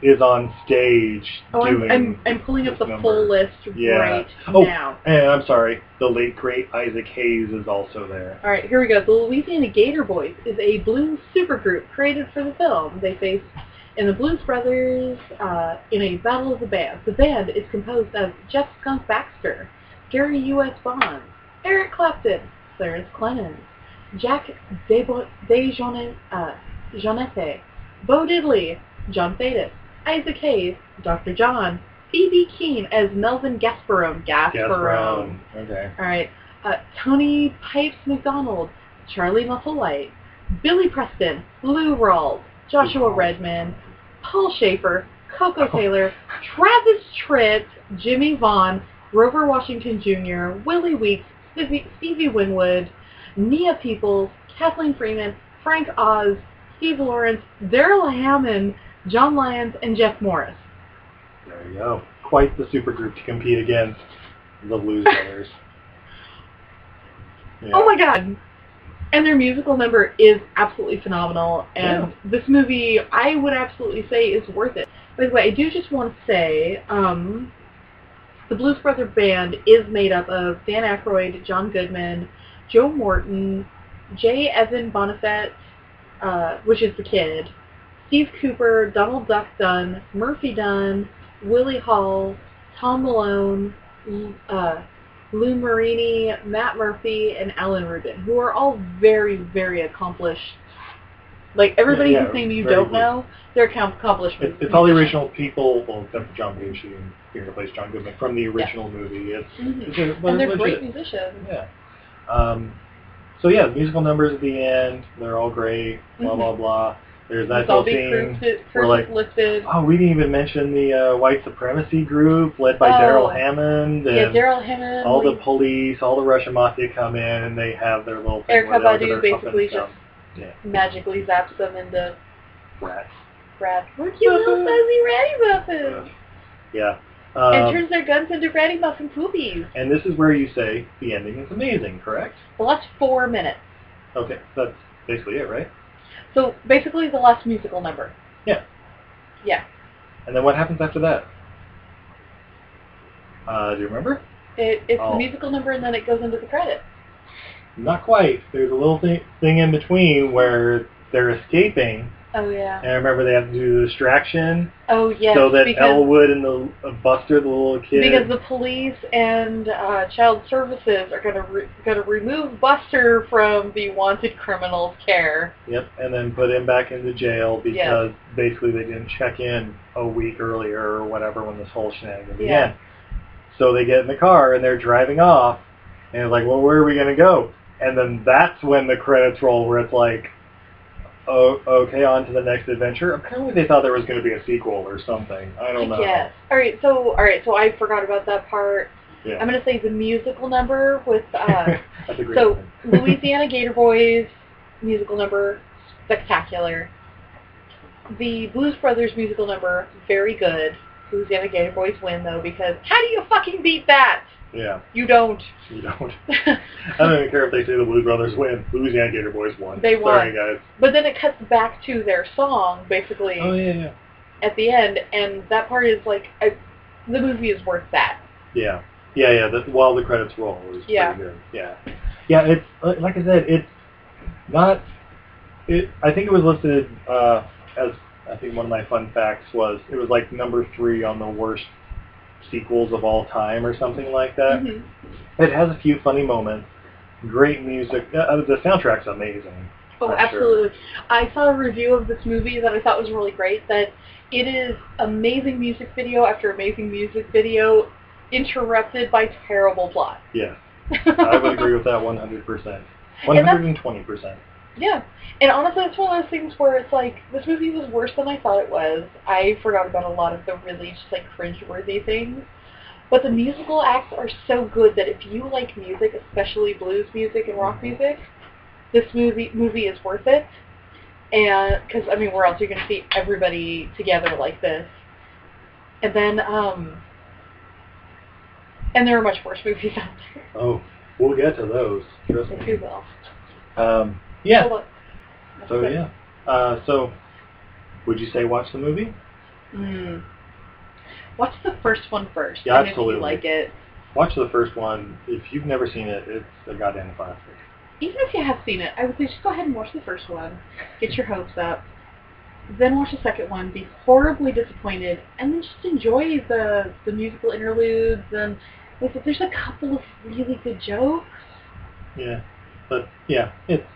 Speaker 3: is on stage
Speaker 4: Oh, I'm,
Speaker 3: doing
Speaker 4: I'm, I'm pulling up
Speaker 3: this
Speaker 4: the
Speaker 3: number.
Speaker 4: full list
Speaker 3: Yeah.
Speaker 4: right
Speaker 3: Oh.
Speaker 4: now.
Speaker 3: And I'm sorry, the late great Isaac Hayes is also there.
Speaker 4: All right, here we go. The Louisiana Gator Boys is a blues supergroup created for the film. They face in the Blues Brothers uh, in a battle of the bands. The band is composed of Jeff Skunk Baxter, Gary U.S. Bond, Eric Clapton, Clarence Clemens, Jack DeJohnette, De uh, Jeanette, Bo Diddley, John Fadis, Isaac Hayes, Dr. John, Phoebe Keene as Melvin Gasparone.
Speaker 3: Yes,
Speaker 4: Gasparone.
Speaker 3: Brown. Okay.
Speaker 4: All right. Uh, Tony Pipes McDonald, Charlie Musselwhite, Billy Preston, Lou Rawls, Joshua Redman, Paul Schaefer, Coco Taylor, Travis Tritt, Jimmy Vaughn, Grover Washington Jr., Willie Weeks, Stevie, Stevie Winwood, Nia Peoples, Kathleen Freeman, Frank Oz, Steve Lawrence, Daryl Hammond, John Lyons, and Jeff Morris.
Speaker 3: There you go. Quite the supergroup to compete against the losers. yeah.
Speaker 4: Oh my god. And their musical number is absolutely phenomenal. And this movie, I would absolutely say, is worth it. By the way, I do just want to say, um, the Blues Brothers Band is made up of Dan Aykroyd, John Goodman, Joe Morton, J. Evan Bonifet, uh, which is the kid, Steve Cooper, Donald Duck Dunn, Murphy Dunn, Willie Hall, Tom Malone, L- uh, Lou Marini, Matt Murphy, and Alan Rubin, who are all very, very accomplished. Like everybody
Speaker 3: Yeah, yeah,
Speaker 4: whose name you
Speaker 3: very
Speaker 4: don't
Speaker 3: good.
Speaker 4: know, they're accom- accomplished.
Speaker 3: It, it's all the original people, well, except for John Belushi and being replaced John Goodman from the original movie. It's,
Speaker 4: Mhm.
Speaker 3: it's a- well,
Speaker 4: And
Speaker 3: it's
Speaker 4: they're
Speaker 3: legit.
Speaker 4: great musicians.
Speaker 3: Yeah. Um, so yeah, musical numbers at the end. They're all great. Blah
Speaker 4: Mhm.
Speaker 3: blah blah. There's that
Speaker 4: It's all
Speaker 3: whole
Speaker 4: these
Speaker 3: scene.
Speaker 4: groups that
Speaker 3: where,
Speaker 4: first
Speaker 3: like,
Speaker 4: listed.
Speaker 3: Oh, we didn't even mention the uh, white supremacy group led by
Speaker 4: Oh.
Speaker 3: Daryl Hammond and
Speaker 4: Yeah, Daryl Hammond.
Speaker 3: all the police, all the Russian mafia come in and they have their little thing
Speaker 4: Erica
Speaker 3: where they're- they're
Speaker 4: Badu
Speaker 3: up and
Speaker 4: basically
Speaker 3: down.
Speaker 4: just
Speaker 3: Yeah.
Speaker 4: magically zaps them into
Speaker 3: rats. uh,
Speaker 4: rat. We're cute little fuzzy ratty muffins.
Speaker 3: Yeah.
Speaker 4: and
Speaker 3: Um,
Speaker 4: turns their guns into ratty muffin poopies.
Speaker 3: and this is where you say the ending is amazing, correct?
Speaker 4: The last four minutes.
Speaker 3: Okay, that's basically it, right?
Speaker 4: So basically the last musical number.
Speaker 3: Yeah.
Speaker 4: Yeah.
Speaker 3: And then what happens after that? Uh, do you remember?
Speaker 4: It, it's
Speaker 3: Oh.
Speaker 4: the musical number and then it goes into the credits.
Speaker 3: Not quite. There's a little thing, thing in between where they're escaping,
Speaker 4: Oh yeah.
Speaker 3: and I remember they have to do the distraction
Speaker 4: Oh yes.
Speaker 3: so that
Speaker 4: because,
Speaker 3: Elwood and the uh, Buster, the little kid,
Speaker 4: because the police and uh, child services are gonna re- gonna remove Buster from the wanted criminals care.
Speaker 3: Yep, and then put him back into jail
Speaker 4: Yeah.
Speaker 3: because basically they didn't check in a week earlier or whatever when this whole shenanigan began.
Speaker 4: Yeah.
Speaker 3: So they get in the car and they're driving off, and it's like, well, where are we gonna go? And then that's when the credits roll, where it's like, oh, okay, on to the next adventure. Apparently they thought there was gonna be a sequel or something. I don't know.
Speaker 4: Yes. All right. So all right. So I forgot about that part.
Speaker 3: Yeah.
Speaker 4: I'm gonna say the musical number with uh,
Speaker 3: that's a great
Speaker 4: so
Speaker 3: thing.
Speaker 4: Louisiana Gator Boys musical number spectacular. The Blues Brothers musical number very good. Louisiana Gator Boys win though because how do you fucking beat that?
Speaker 3: Yeah,
Speaker 4: You don't.
Speaker 3: you don't. I don't even care if they say the Blues Brothers win. Louisiana Gator Boys won.
Speaker 4: They won.
Speaker 3: Sorry, guys.
Speaker 4: but then it cuts back to their song, basically,
Speaker 3: Oh yeah, yeah,
Speaker 4: at the end, and that part is like, I, the movie is worth that.
Speaker 3: yeah, yeah, yeah. The, while the credits roll is
Speaker 4: Yeah.
Speaker 3: pretty good. Yeah, yeah. It's li- like I said, it's not. It. I think it was listed uh, as. I think one of my fun facts was it was like number three on the worst sequels of all time or something like that.
Speaker 4: Mhm.
Speaker 3: It has a few funny moments. Great music. Uh, Uh, the soundtrack's amazing.
Speaker 4: Oh,
Speaker 3: I'm sure.
Speaker 4: absolutely. I saw a review of this movie that I thought was really great, that it is amazing music video after amazing music video interrupted by terrible plot.
Speaker 3: Yes, I would agree with that 100%. 120%.
Speaker 4: Yeah. And honestly, it's one of those things where it's like, this movie was worse than I thought it was. I forgot about a lot of the really just like cringe-worthy things. But the musical acts are so good that if you like music, especially blues music and rock music, this movie movie is worth it. And because I mean, where else are you going to see everybody together like this? And then, um, and there are much worse movies out there.
Speaker 3: Oh, we'll get to those. Trust
Speaker 4: If
Speaker 3: me.
Speaker 4: you will.
Speaker 3: Um, yeah.
Speaker 4: Hold on.
Speaker 3: So yeah. Uh, so, would you say watch the movie?
Speaker 4: Mm. Watch the first one first.
Speaker 3: Yeah,
Speaker 4: and
Speaker 3: absolutely.
Speaker 4: If you like it,
Speaker 3: Watch the first one. If you've never seen it, it's a goddamn classic.
Speaker 4: even if you have seen it, I would say just go ahead and watch the first one. Get your hopes up. Then watch the second one. Be horribly disappointed, and then just enjoy the the musical interludes. And like, there's a couple of really good jokes.
Speaker 3: Yeah. But yeah, it's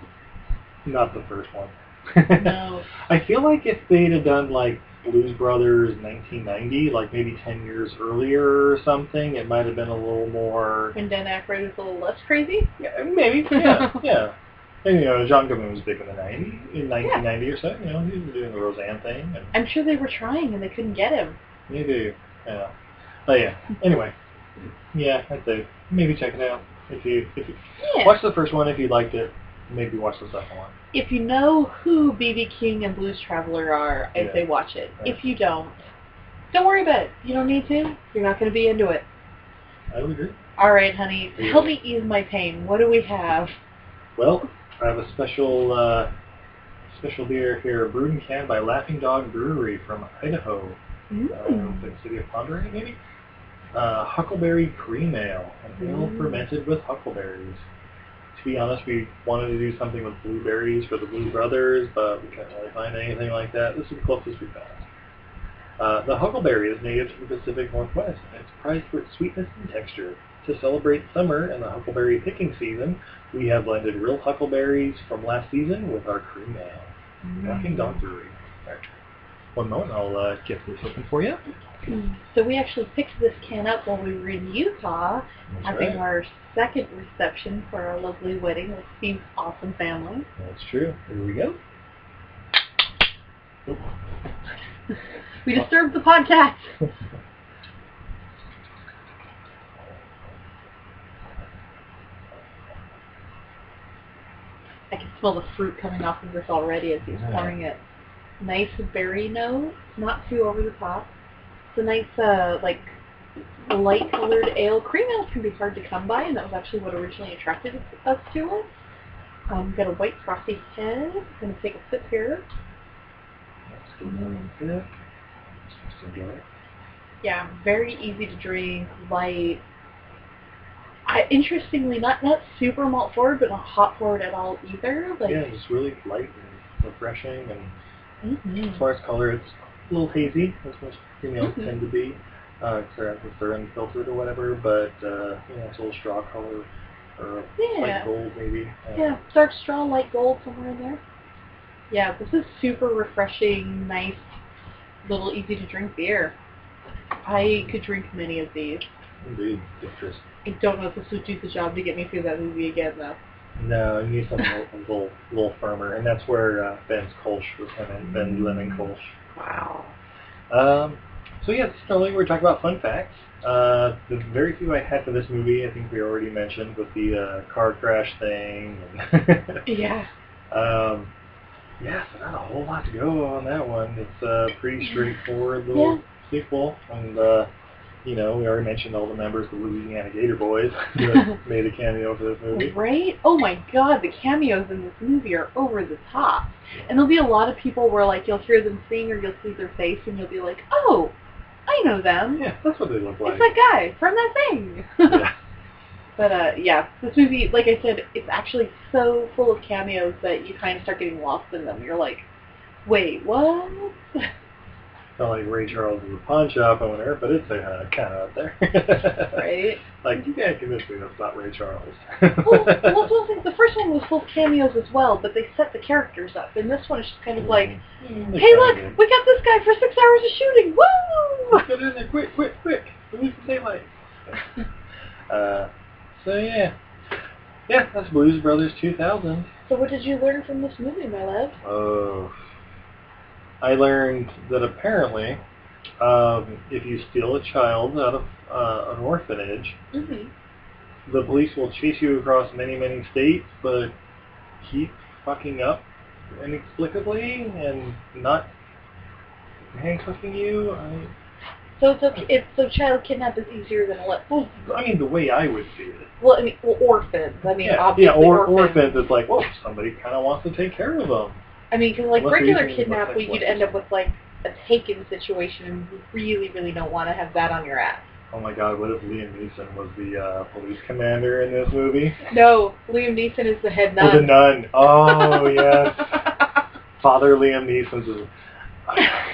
Speaker 3: not the first one.
Speaker 4: No.
Speaker 3: I feel like if they'd have done like Blues Brothers 1990, like maybe 10 years earlier or something, it might have been a little more.
Speaker 4: When Dan Aykroyd is a little less crazy.
Speaker 3: Yeah, maybe. Yeah, yeah. And, you know, John Goodman was big in the 90s, in 1990 or so. You know, he was doing the Roseanne thing. And
Speaker 4: I'm sure they were trying and they couldn't get him.
Speaker 3: maybe, yeah. But yeah. Anyway, yeah, I'd say maybe check it out if you if you
Speaker 4: Yeah.
Speaker 3: watch the first one if you liked it. Maybe watch the second one.
Speaker 4: If you know who BB King and Blues Traveler are, I'd
Speaker 3: Yeah.
Speaker 4: say watch it.
Speaker 3: Right.
Speaker 4: If you don't, don't worry about it. You don't need to. You're not going to be into it.
Speaker 3: I would agree.
Speaker 4: All right, honey.
Speaker 3: Yeah.
Speaker 4: Help me ease my pain. What do we have?
Speaker 3: Well, I have a special uh, special beer here, brewed and canned by Laughing Dog Brewery from Idaho, uh,
Speaker 4: Mm.
Speaker 3: the city of Ponderay, maybe. Uh, huckleberry cream ale, an ale
Speaker 4: Mm.
Speaker 3: fermented with huckleberries. To be honest, we wanted to do something with blueberries for the Blue Brothers, but we couldn't really find anything like that. This is the closest we found. Uh, the huckleberry is native to the Pacific Northwest, and it's prized for its sweetness and texture. To celebrate summer and the huckleberry picking season, we have blended real huckleberries from last season with our cream ale.
Speaker 4: Mm.
Speaker 3: Walking dog brewery. All right. One moment, I'll uh, get this open for you.
Speaker 4: Mm. So we actually picked this can up while we were in Utah,
Speaker 3: That's
Speaker 4: having
Speaker 3: right.
Speaker 4: our second reception for our lovely wedding with Steve's awesome family.
Speaker 3: That's true. Here we go. Oop.
Speaker 4: We disturbed the podcast. I can smell the fruit coming off of this already as he's
Speaker 3: Yeah.
Speaker 4: pouring it. Nice berry note, not too over the top. It's a nice, uh, like, light-colored ale. Cream ale can be hard to come by, and that was actually what originally attracted us to it. Um, got a white frosty head. I'm going to take a sip here.
Speaker 3: Let's go down here. Just enjoy it.
Speaker 4: Yeah, very easy to drink, light. I, interestingly, not not super malt forward, but not hot forward at all either. Like,
Speaker 3: Yeah, it's really light and refreshing, and
Speaker 4: mhm.
Speaker 3: as far as color, it's a little hazy, as most females
Speaker 4: Mhm.
Speaker 3: tend to be, uh, except if they're unfiltered or whatever. But uh, you know, it's a little straw color or light
Speaker 4: yeah,
Speaker 3: gold maybe. Uh,
Speaker 4: yeah, dark straw, light gold somewhere in there. Yeah, this is super refreshing, nice, little easy to drink beer. I could drink many of these.
Speaker 3: Indeed, citrus.
Speaker 4: I don't know if this would do the job to get me through that movie again, though.
Speaker 3: No, you need something a little- a little, little firmer, and that's where uh, Ben's Kolsch was coming in, Ben Lemon Kolsch.
Speaker 4: Wow.
Speaker 3: Um, so yeah, this is normally we're talking about fun facts. Uh, the very few I had for this movie, I think we already mentioned with the uh, car crash thing. And
Speaker 4: Yeah.
Speaker 3: um, yeah, so not a whole lot to go on that one. It's a pretty straightforward little sequel, and uh, you know, we already mentioned all the members of the Louisiana Gator Boys who have made a cameo for this movie.
Speaker 4: Right? Oh my god, the cameos in this movie are over the top. And there'll be a lot of people where like you'll hear them sing or you'll see their face and you'll be like, oh, I know them.
Speaker 3: Yeah, that's what they look like.
Speaker 4: It's that guy from that thing.
Speaker 3: Yeah.
Speaker 4: But uh, yeah, this movie, like I said, it's actually so full of cameos that you kind of start getting lost in them. You're like, wait, what?
Speaker 3: Not like Ray Charles is a pawn shop owner, but it's uh, kind of out there.
Speaker 4: Right?
Speaker 3: Like, you can't convince me that's not Ray Charles.
Speaker 4: well, well, that's one thing. The first one was full of cameos as well, but they set the characters up. And this one is just kind of like,
Speaker 3: Mm, they
Speaker 4: hey,
Speaker 3: kinda
Speaker 4: look,
Speaker 3: did.
Speaker 4: we got this guy for six hours of shooting. Woo!
Speaker 3: Get in there, quick, quick, quick! We need some daylight. uh, so yeah, yeah, that's Blues Brothers 2000.
Speaker 4: So what did you learn from this movie, my love?
Speaker 3: Oh, I learned that apparently, um, if you steal a child out of uh, an orphanage,
Speaker 4: Mm-hmm.
Speaker 3: the police will chase you across many, many states, but keep fucking up inexplicably and not handcuffing you. I,
Speaker 4: So it's okay. It's, so child kidnap is easier than what?
Speaker 3: well, I mean, the way I would see it.
Speaker 4: Well, I mean, well, orphans. I mean,
Speaker 3: yeah, yeah,
Speaker 4: obviously
Speaker 3: or
Speaker 4: orphans.
Speaker 3: orphans. It's like, well, somebody kind of wants to take care of them.
Speaker 4: I mean, because like
Speaker 3: Unless they're
Speaker 4: regular
Speaker 3: using it as
Speaker 4: kidnap,
Speaker 3: like
Speaker 4: we could
Speaker 3: weapons.
Speaker 4: end up with like a taken situation, and you really, really don't want to have that on your ass.
Speaker 3: Oh my God, what if Liam Neeson was the uh, police commander in this movie?
Speaker 4: No, Liam Neeson is the head
Speaker 3: Or the
Speaker 4: nun.
Speaker 3: nun. Oh yes, Father Liam Neeson's.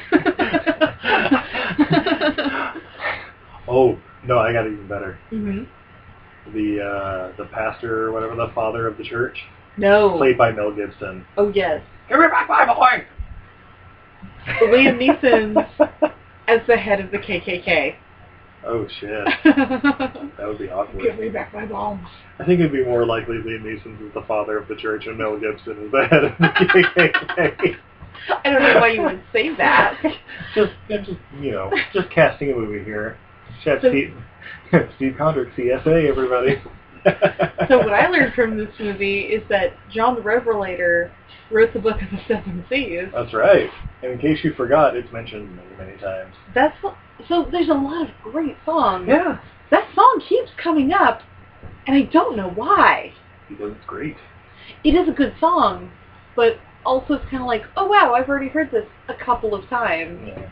Speaker 3: Is... oh no, I got it even better.
Speaker 4: hmm
Speaker 3: The uh, the pastor, or whatever, the father of the church,
Speaker 4: No.
Speaker 3: played by Mel Gibson.
Speaker 4: Oh yes,
Speaker 3: Give me back my boy.
Speaker 4: Liam Neeson as the head of the KKK.
Speaker 3: oh shit, that would be awkward.
Speaker 4: Give me back my balls.
Speaker 3: I think it'd be more likely Liam Neeson is the father of the church and Mel Gibson is the head of the KKK.
Speaker 4: I don't know why you would say that.
Speaker 3: just, I'm just, you know, just casting a movie here. Chef
Speaker 4: So-
Speaker 3: Steve, Steve Condrick, CSA, everybody.
Speaker 4: So what I learned from this movie is that John the Revelator wrote the book of the Seven Seas.
Speaker 3: That's right. And in case you forgot, it's mentioned many, many times.
Speaker 4: That's what, so. There's a lot of great songs.
Speaker 3: Yeah.
Speaker 4: That song keeps coming up, and I don't know why.
Speaker 3: Because it's great.
Speaker 4: It is a good song, but also it's kind of like, oh wow, I've already heard this a couple of times.
Speaker 3: Yeah.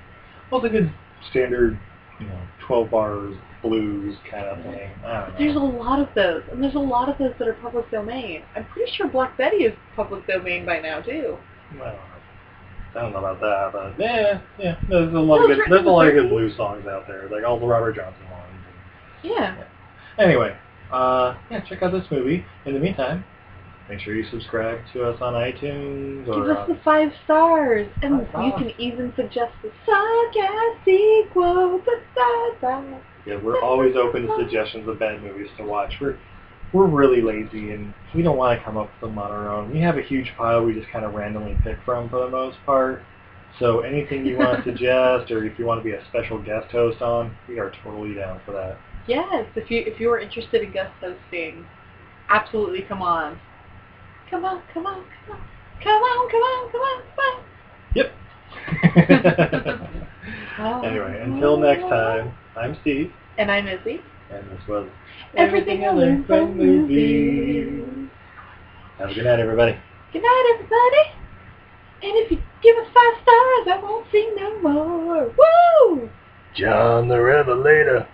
Speaker 3: Well, it's a good standard, you know, 12 bars blues kind of thing. I don't
Speaker 4: There's a
Speaker 3: know.
Speaker 4: lot of those, and there's a lot of those that are public domain. I'm pretty sure Black Betty is public domain by now too.
Speaker 3: Well, I don't know about that, but yeah, yeah. There's a lot of
Speaker 4: Well,
Speaker 3: good,
Speaker 4: it's
Speaker 3: there's a lot of good
Speaker 4: written in the
Speaker 3: blues songs out there, like all the Robert Johnson ones.
Speaker 4: Yeah.
Speaker 3: Anyway, uh, yeah, check out this movie. In the meantime, make sure you subscribe to us on iTunes
Speaker 4: Give
Speaker 3: or uh,
Speaker 4: us the
Speaker 3: on,
Speaker 4: five stars, and
Speaker 3: Five
Speaker 4: you
Speaker 3: stars.
Speaker 4: can even suggest the podcast sequel. da, da, da.
Speaker 3: yeah, we're always open to suggestions of bad movies to watch. We're we're really lazy and we don't want to come up with them on our own. We have a huge pile we just kind of randomly pick from for the most part. So anything you want to suggest or if you want to be a special guest host on, we are totally down for that.
Speaker 4: Yes, if you if you are interested in guest hosting, absolutely come on. Come on, come on, come on. Come on, come on, come on, come on.
Speaker 3: anyway, until next time, I'm Steve
Speaker 4: Oh, And I'm Izzy.
Speaker 3: and this was
Speaker 4: Everything I learned from movies.
Speaker 3: Have a good night, everybody.
Speaker 4: Good night, everybody. And if you give us five stars, I won't sing no more. Woo!
Speaker 2: John the Revelator.